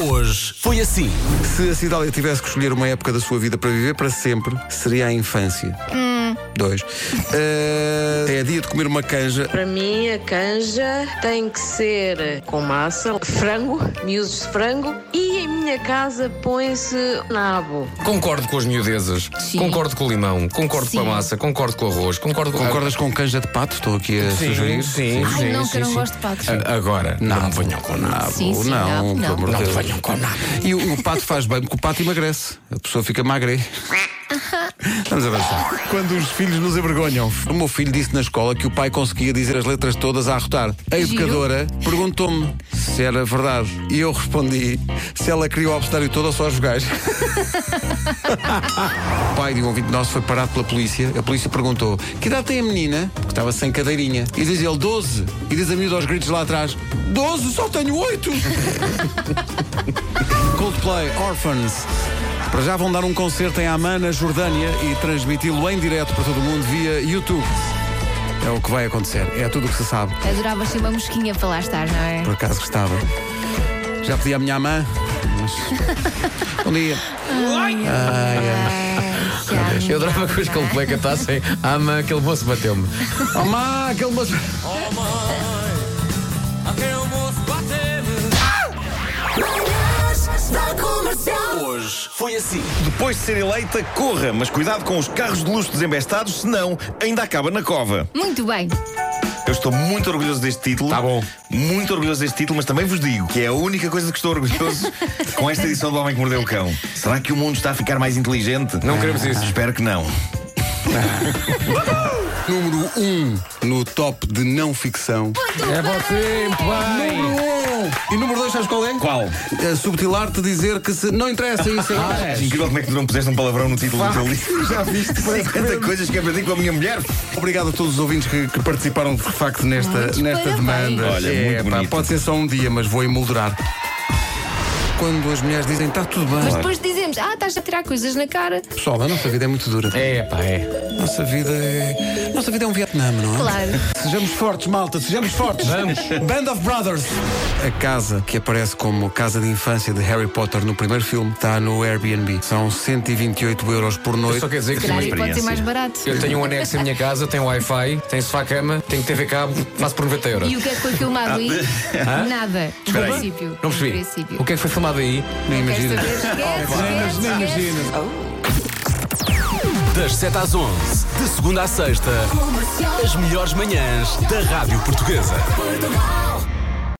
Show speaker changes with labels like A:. A: hoje foi assim.
B: Se a Cidália tivesse que escolher uma época da sua vida para viver para sempre, seria a infância.
C: Hum.
B: Dois. Eh, é dia de comer uma canja.
D: Para mim, a canja tem que ser com massa, frango, miúdos de frango e em minha casa põe-se nabo.
E: Concordo com as miudezas,
C: Sim.
E: concordo com o limão, concordo com a
C: Sim.
E: massa, concordo com o arroz, concordo com
B: Concordas com canja de pato? Estou aqui a
E: Sim,
B: sugerir.
E: sim,
C: Ai,
E: sim,
C: não,
E: sim,
C: que eu não
E: sim. Ah.
C: gosto de patos.
E: A- Agora, não me venham com nada.
C: Sim, sim,
B: não,
C: não,
B: pelo
C: não.
B: amor de
E: Não
B: Deus.
E: venham com nada.
B: E o, o pato faz bem, porque o pato emagrece. A pessoa fica é magre. Vamos avançar. Quando os filhos nos envergonham. O meu filho disse na escola que o pai conseguia dizer as letras todas a arrotar. A
C: Giro.
B: educadora perguntou-me se era verdade. E eu respondi se ela queria o obstáculo todo ou só os vogais. o pai de um ouvinte nosso foi parado pela polícia. A polícia perguntou que idade tem a menina? Que estava sem cadeirinha. E diz ele 12. E diz a miúda aos gritos lá atrás 12, só tenho 8. Coldplay Orphans. Para já vão dar um concerto em Amman, na Jordânia, e transmiti-lo em direto para todo o mundo via YouTube. É o que vai acontecer, é tudo o que se sabe.
C: Adorava ser uma mosquinha para lá estar, não é?
B: Por acaso gostava. Já pedi à minha mãe, mas. Bom dia.
C: Ai, já,
E: Eu adorava que os
C: Ah, não é?
E: colegas cantassem Ah, mãe, aquele moço bateu-me.
B: Oh, mãe, aquele moço.
F: Manhãs da comercial.
A: Hoje foi assim.
G: Depois de ser eleita, corra, mas cuidado com os carros de luxo desembestados, senão ainda acaba na cova.
C: Muito bem.
G: Eu estou muito orgulhoso deste título.
E: Tá bom.
G: Muito orgulhoso deste título, mas também vos digo que é a única coisa de que estou orgulhoso com esta edição do Homem que Mordeu o Cão. Será que o mundo está a ficar mais inteligente?
E: Não queremos isso.
G: Espero que não.
B: Número 1 um no top de não ficção.
E: É você, muito
B: Número 1! Um. E número 2, sabes qual é?
G: Qual?
B: É subtilar-te dizer que se. Não interessa isso, é.
G: É incrível como é que tu não puseste um palavrão no título do teu livro. Já viste 50 coisas que aprendi com a minha mulher.
B: Obrigado a todos os ouvintes que, que participaram de facto nesta,
C: Muitos
B: nesta
C: parabéns.
B: demanda. É,
G: Olha, muito bonito.
B: pode ser só um dia, mas vou emoldurar. Quando as mulheres dizem está tudo bem,
C: Mas depois dizemos, ah, estás a tirar coisas na cara.
E: Ah.
B: pessoal, a nossa vida é muito dura.
E: bem. É, pá, é.
B: Nossa vida é. Nossa vida é um Vietnã, não é?
C: Claro.
B: Sejamos fortes, malta, sejamos fortes.
E: Vamos.
B: Band of Brothers. A casa que aparece como casa de infância de Harry Potter no primeiro filme está no Airbnb. São 128 euros por noite.
E: Só quer dizer que
C: Claro, e pode ser
G: experiência.
C: mais barato.
E: eu tenho um anexo em minha casa, tenho Wi-Fi, tenho sofá-cama, tenho TV cabo, faço por 90 euros.
C: E o que é que foi
E: Ah.
C: filmado aí? Nada. No
G: aí.
C: princípio.
E: Não
C: No
E: percebi.
C: princípio.
E: O que é que foi filmado aí?
B: Nem
C: Queres
B: imagina.
C: saber? Esquece, esquece, esquece.
A: Das 7 às 11, de segunda à sexta, as melhores manhãs da Rádio Portuguesa.
F: Portugal.